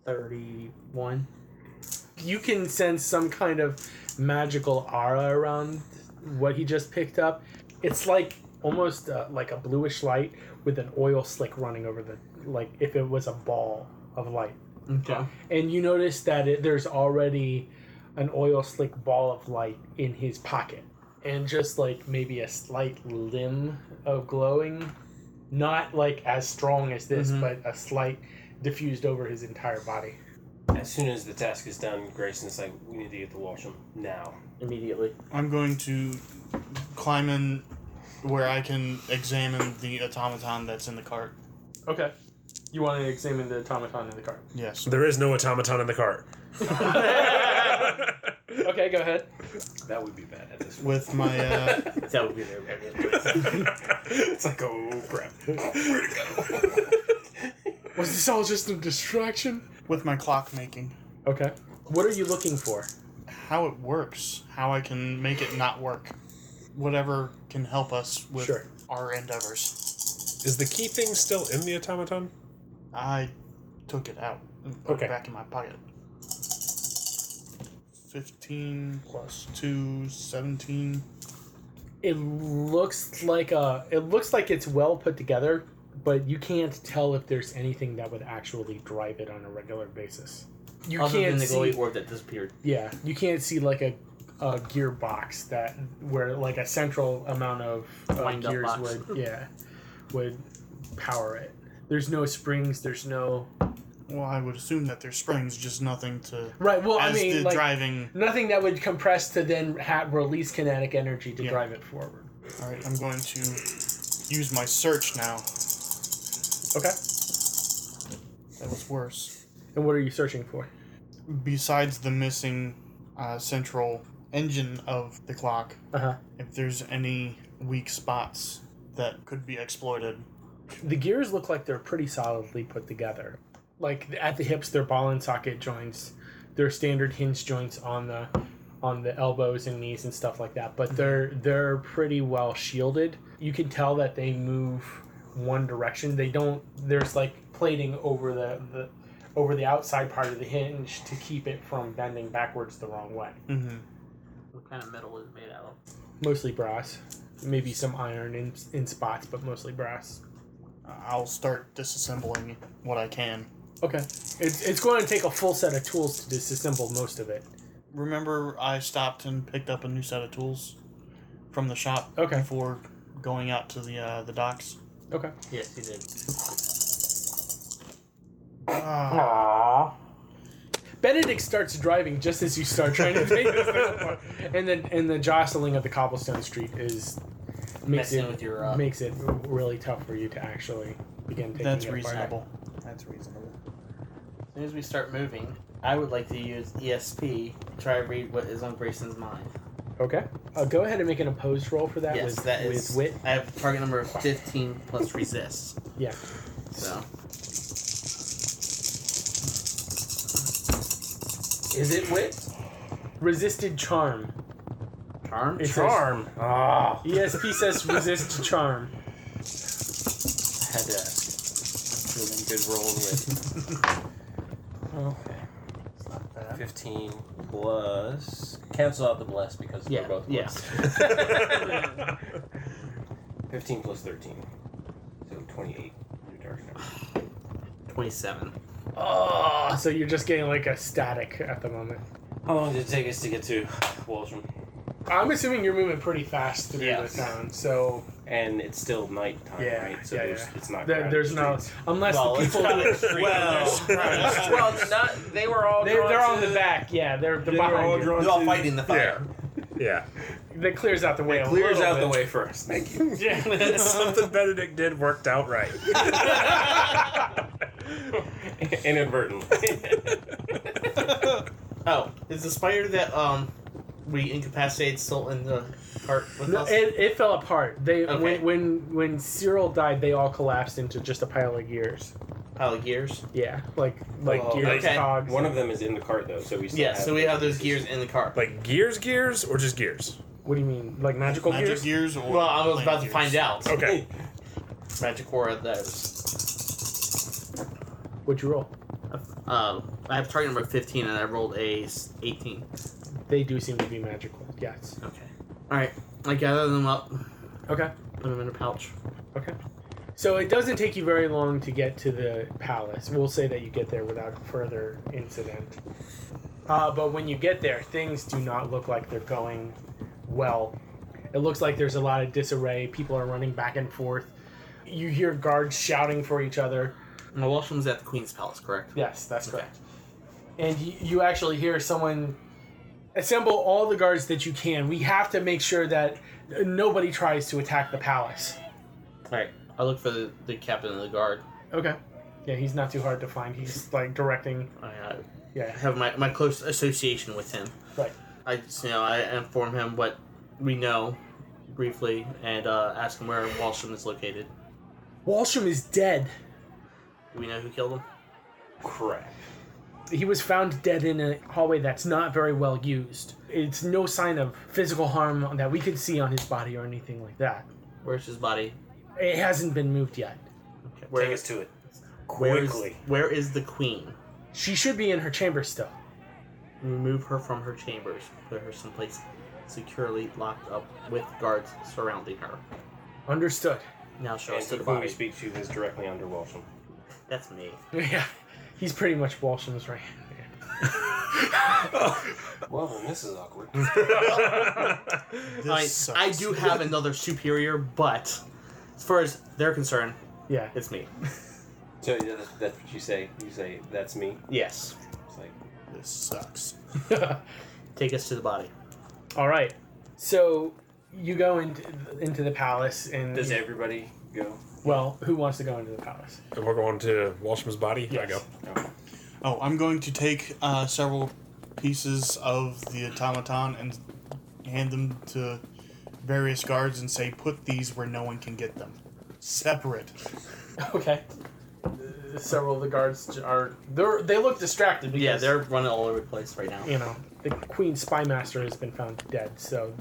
Thirty-one. you can sense some kind of magical aura around what he just picked up. It's like almost uh, like a bluish light with an oil slick running over the like if it was a ball of light. Okay. and you notice that it, there's already an oil slick ball of light in his pocket and just like maybe a slight limb of glowing not like as strong as this Mhm. but a slight diffused over his entire body As soon as the task is done, Grayson's like, "We need to get to Walsham now." Immediately. I'm going to climb in where I can examine the automaton that's in the cart. okay you want to examine the automaton in the cart Yes. There is no automaton in the cart. okay go ahead That would be bad at this. With my uh, That would be there. it's like, oh crap. was this all just a distraction with my clock making, okay what are you looking for how it works, how I can make it not work, whatever can help us with Sure. our endeavors. Is the key thing still in the automaton? I took it out and put Okay. it back in my pocket. 15 plus 2, 17. it looks like a it looks like it's well put together but you can't tell if there's anything that would actually drive it on a regular basis you Other can't than the see glowy orb that disappeared. yeah you can't see like a, a gearbox that where like a central amount of uh, Wind-up gears box. would yeah would power it there's no springs there's no Well, I would assume that there's springs, just nothing to. right well i as mean the like driving. nothing that would compress to then ha- release kinetic energy to Yeah. drive it forward Alright, I'm going to use my search now. okay That was worse. and what are you searching for Besides the missing uh, central engine of the clock, uh-huh if there's any weak spots that could be exploited. The gears look like they're pretty solidly put together. Like at the hips, their ball and socket joints, their standard hinge joints on the on the elbows and knees and stuff like that. But they're they're pretty well shielded. You can tell that they move one direction. They don't. There's like plating over the, the over the outside part of the hinge to keep it from bending backwards the wrong way. Mm-hmm. What kind of metal is it made out of? Mostly brass, maybe some iron in in spots, but mostly brass. I'll start disassembling what I can. Okay. It's, it's going to take a full set of tools to disassemble most of it. Remember, I stopped and picked up a new set of tools from the shop Okay. before going out to the uh, the docks. Okay. Yes, you did. Ah, Benedict starts driving just as you start trying to take this thing apart. And then and the jostling of the cobblestone street is makes Messing it with your, uh, makes it really tough for you to actually begin taking that's it apart. reasonable. That's reasonable. As soon as we start moving, I would like to use ESP to try to read what is on Grayson's mind. Okay. Uh, go ahead and make an opposed roll for that yes, with that with is. wit. I have target number of 15 plus resist. Yeah. So. Is it wit? Resisted charm. Charm? It says- Charm. Ah. ESP E says resist <laughs> charm. Had a really uh, good roll <laughs> with Oh. fifteen plus. Cancel out the bless because Yeah, we're both yeah. blessed. <laughs> fifteen plus thirteen, so twenty-eight. Your target number. 27. oh. So you're just getting like a static at the moment. How long did it take us to get to Walsham? I'm assuming you're moving pretty fast through Yes. the town, so And it's still nighttime, Yeah, right? So yeah, there's, yeah. it's not. there, crowded there's no streets. unless Well, the it's people not well, <laughs> well, well, it's not. They were all. they, drawn <laughs> they're to on the back. Yeah, they're, they're They're all behind you. drawn They're all to- fighting the fire. Yeah. That clears out the way. a Clears little out the bit. way first. Thank you. <laughs> <laughs> Yeah. Something Benedict did worked out right. Inadvertently. Oh, is the spider that um we incapacitate still in the cart with No, us? it, it fell apart. They Okay. when, when when Cyril died, they all collapsed into just a pile of gears. pile of Oh, gears. Yeah, like like Well, gears, okay. cogs. One of them is in the cart though, so we still Yeah, have so we <laughs> have those gears in the cart. Like gears, gears, or just gears? what do you mean, like magical Magic gears? gears or well, I was plant about to gears? find out. Okay. Magic aura that is. What'd you roll? Um, I have target number 15 and I rolled a s- 18. They do seem to be magical. Yes. Okay. Alright, I gather them up, Okay. put them in a pouch. Okay. So it doesn't take you very long to get to the palace. We'll say that you get there without further incident. Uh, but when you get there, things do not look like they're going well. It looks like there's a lot of disarray. People are running back and forth. You hear guards shouting for each other. My washroom's at the Queen's Palace, correct? Yes, that's correct. And you, you actually hear someone assemble all the guards that you can. We have to make sure that nobody tries to attack the palace. Alright, I look for the, the captain of the guard. Okay. Yeah, he's not too hard to find. He's like directing. I, I Yeah. have my, my close association with him. Right. I just, you know, I inform him what we know briefly and uh, ask him where Walsham is located. Walsham is dead. Do we know who killed him? crap. He was found dead in a hallway that's not very well used. It's no sign of physical harm that we could see on his body or anything like that. Where's his body? It hasn't been moved yet. Okay. Take us to it. where is- Quickly. where is the Queen? She should be in her chamber still. Remove her from her chambers. Put her someplace securely locked up with guards surrounding her. Understood. <laughs> Now show And us the who we body. speak to is directly under Walsham. That's me. Yeah. He's pretty much Walsham's right. Well, then this is <laughs> awkward. <laughs> This I, sucks. I do have another superior, but as far as they're concerned, Yeah. it's me. so yeah, that's, that's what you say. You say that's me. Yes. It's like This sucks. Take us to the body. <laughs> All right. So you go into into the palace and does everybody go? well, who wants to go into the palace? And we're going to Walshman's body. I Yes. go. Oh, I'm going to take uh, several pieces of the automaton and hand them to various guards and say, put these where no one can get them. Separate. Okay. Several of the guards are they're they look distracted because Yeah, they're running all over the place right now. you know the queen spy master has been found dead. So,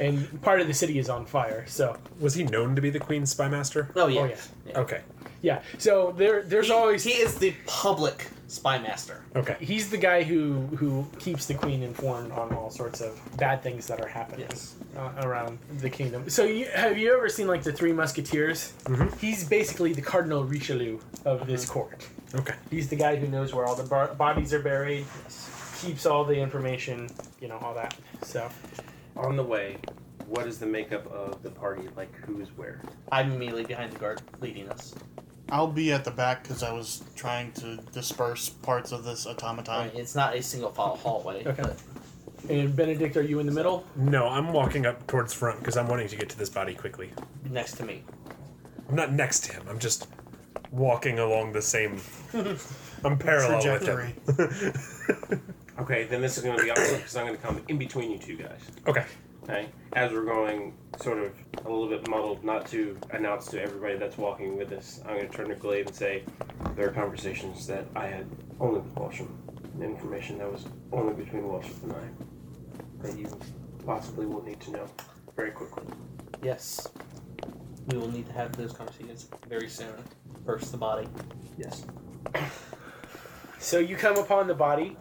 and part of the city is on fire. So Was he known to be the queen's spy master? Oh yeah. Oh, yeah. Yeah. Okay. yeah, so there there's He- always he is the public spy master. Okay. he's the guy who who keeps the queen informed on all sorts of bad things that are happening Yes. uh, around the kingdom. So you, have you ever seen like the Three Musketeers? Mm-hmm. He's basically the Cardinal Richelieu of this court. Okay. He's the guy who knows where all the bar- bodies are buried, keeps all the information, you know, all that. So On the way, what is the makeup of the party? Like who's where? I'm immediately behind the guard leading us. I'll be at the back because I was trying to disperse parts of this I automaton. mean, it's not a single file hallway. Okay. But and Benedict, are you in the middle? No, I'm walking up towards front because I'm wanting to get to this body quickly. next to me. I'm not next to him. I'm just walking along the same. I'm parallel with uh, him. Okay, then this is going to be awkward because I'm going to come in between you two guys. Okay. Okay, as we're going, sort of a little bit muddled, not to announce to everybody that's walking with us. I'm going to turn to Glaive and say, there are conversations that I had only with Walsham, and information that was only between Walsham and I, that you possibly will need to know very quickly. Yes. We will need to have those conversations very soon. First, the body. Yes. So you come upon the body.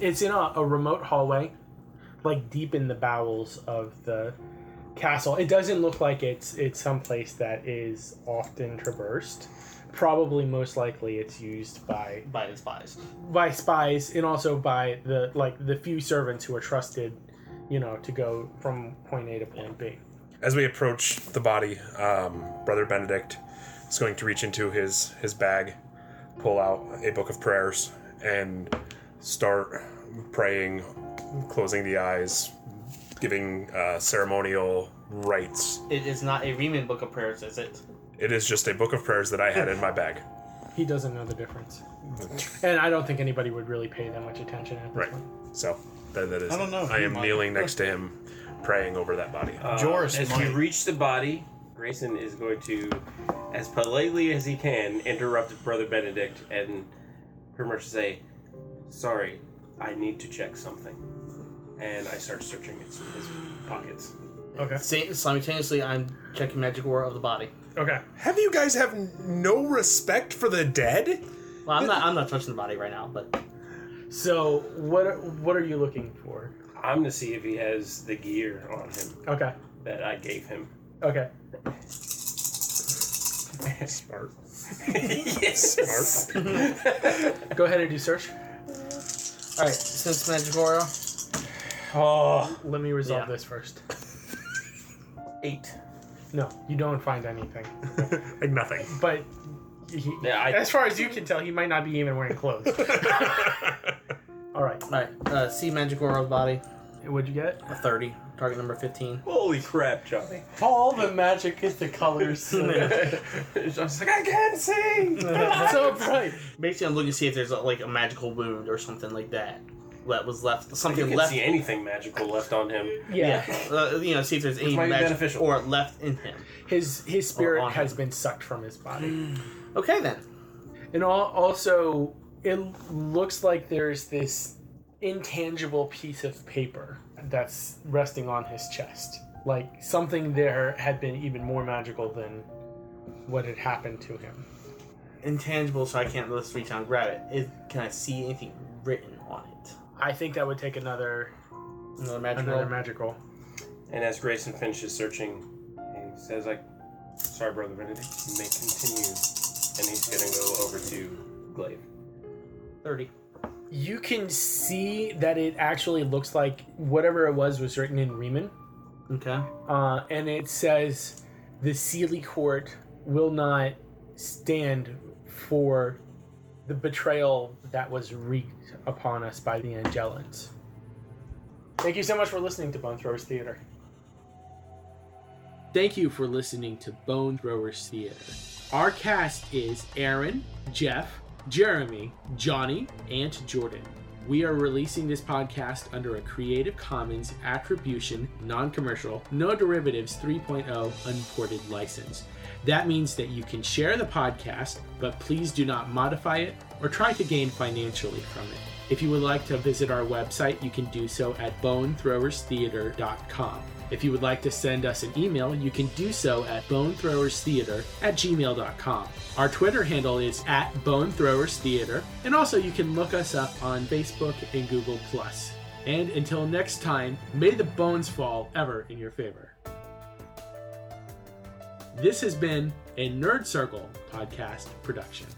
It's in a, a remote hallway, like deep in the bowels of the castle. It doesn't look like it's it's someplace that is often traversed. Probably most likely it's used by By the spies. by spies and also by the like the few servants who are trusted, you know, to go from point A to point B. As we approach the body, um, Brother Benedict is going to reach into his his bag, pull out a book of prayers, and start praying, closing the eyes, giving uh, ceremonial rites. It is not a Riemann book of prayers, is it? It is just a book of prayers that I had in my bag. He doesn't know the difference. And I don't think anybody would really pay that much attention at this Right. point. So Then that is. I don't know if I you am might. Uh, kneeling next to him, praying over that body. Joris As might. you reach the body, Grayson is going to, as politely as he can, interrupt Brother Benedict and pretty much say, Sorry, I need to check something. And I start searching his, his pockets. Okay. Sa- Simultaneously, I'm checking magic aura of the body. Okay. Have you guys have n- no respect for the dead? Well, I'm not. I'm not touching the body right now, but So what are, what are you looking for? I'm to see if he has the gear on him Okay. that I gave him. <laughs> Okay. Smart. yes! <laughs> Go ahead and do search. all right. Since magic aura, Oh, Let me resolve Yeah. this first. eight. No, you don't find anything. <laughs> like nothing. <laughs> But he, Yeah, I- as far as you can tell, he might not be even wearing clothes. <laughs> All right. all right. Uh, see magic aura of the body. What'd you get? A thirty. Target number <laughs> fifteen. Holy crap, Johnny. All the magic is the colors. <laughs> so <laughs> I was like, I can't see! bright. Basically, I'm looking to see if there's like a magical wound or something like that that was left. You Something can left. see anything magical left on him. <laughs> Yeah. Uh, you know, see if there's any might be magic beneficial. aura left in him. His his Or on spirit has him. been sucked from his body, Okay then. and all, also it looks like there's this intangible piece of paper that's resting on his chest. Like something there had been even more magical than what had happened to him. Intangible, so I can't let's reach out and grab it. it. Can I see anything written on it? I think that would take another Another magic another aura. magic roll. And as Grayson finishes searching, he says, like, sorry, Brother Benedict, you may continue. And he's going to go over to Glaive. Thirty. You can see that it actually looks like whatever it was was written in Riemann. Okay. uh, and it says the Sealy Court will not stand for the betrayal that was wreaked upon us by the Angelans. Thank you so much for listening to Bone Throwers Theater. Thank you for listening to Bone Throwers Theater. Our cast is Aaron, Jeff, Jeremy, Johnny, and Jordan. We are releasing this podcast under a Creative Commons Attribution, Non Commercial, No Derivatives 3.0 Unported license. That means that you can share the podcast, but please do not modify it or try to gain financially from it. If you would like to visit our website, you can do so at bonethrowerstheater.com. If you would like to send us an email, you can do so at bonethrowerstheater at gmail.com. Our Twitter handle is at bonethrowerstheater, and also you can look us up on Facebook and Google. And until next time, may the bones fall ever in your favor. This has been a Nerd Circle podcast production.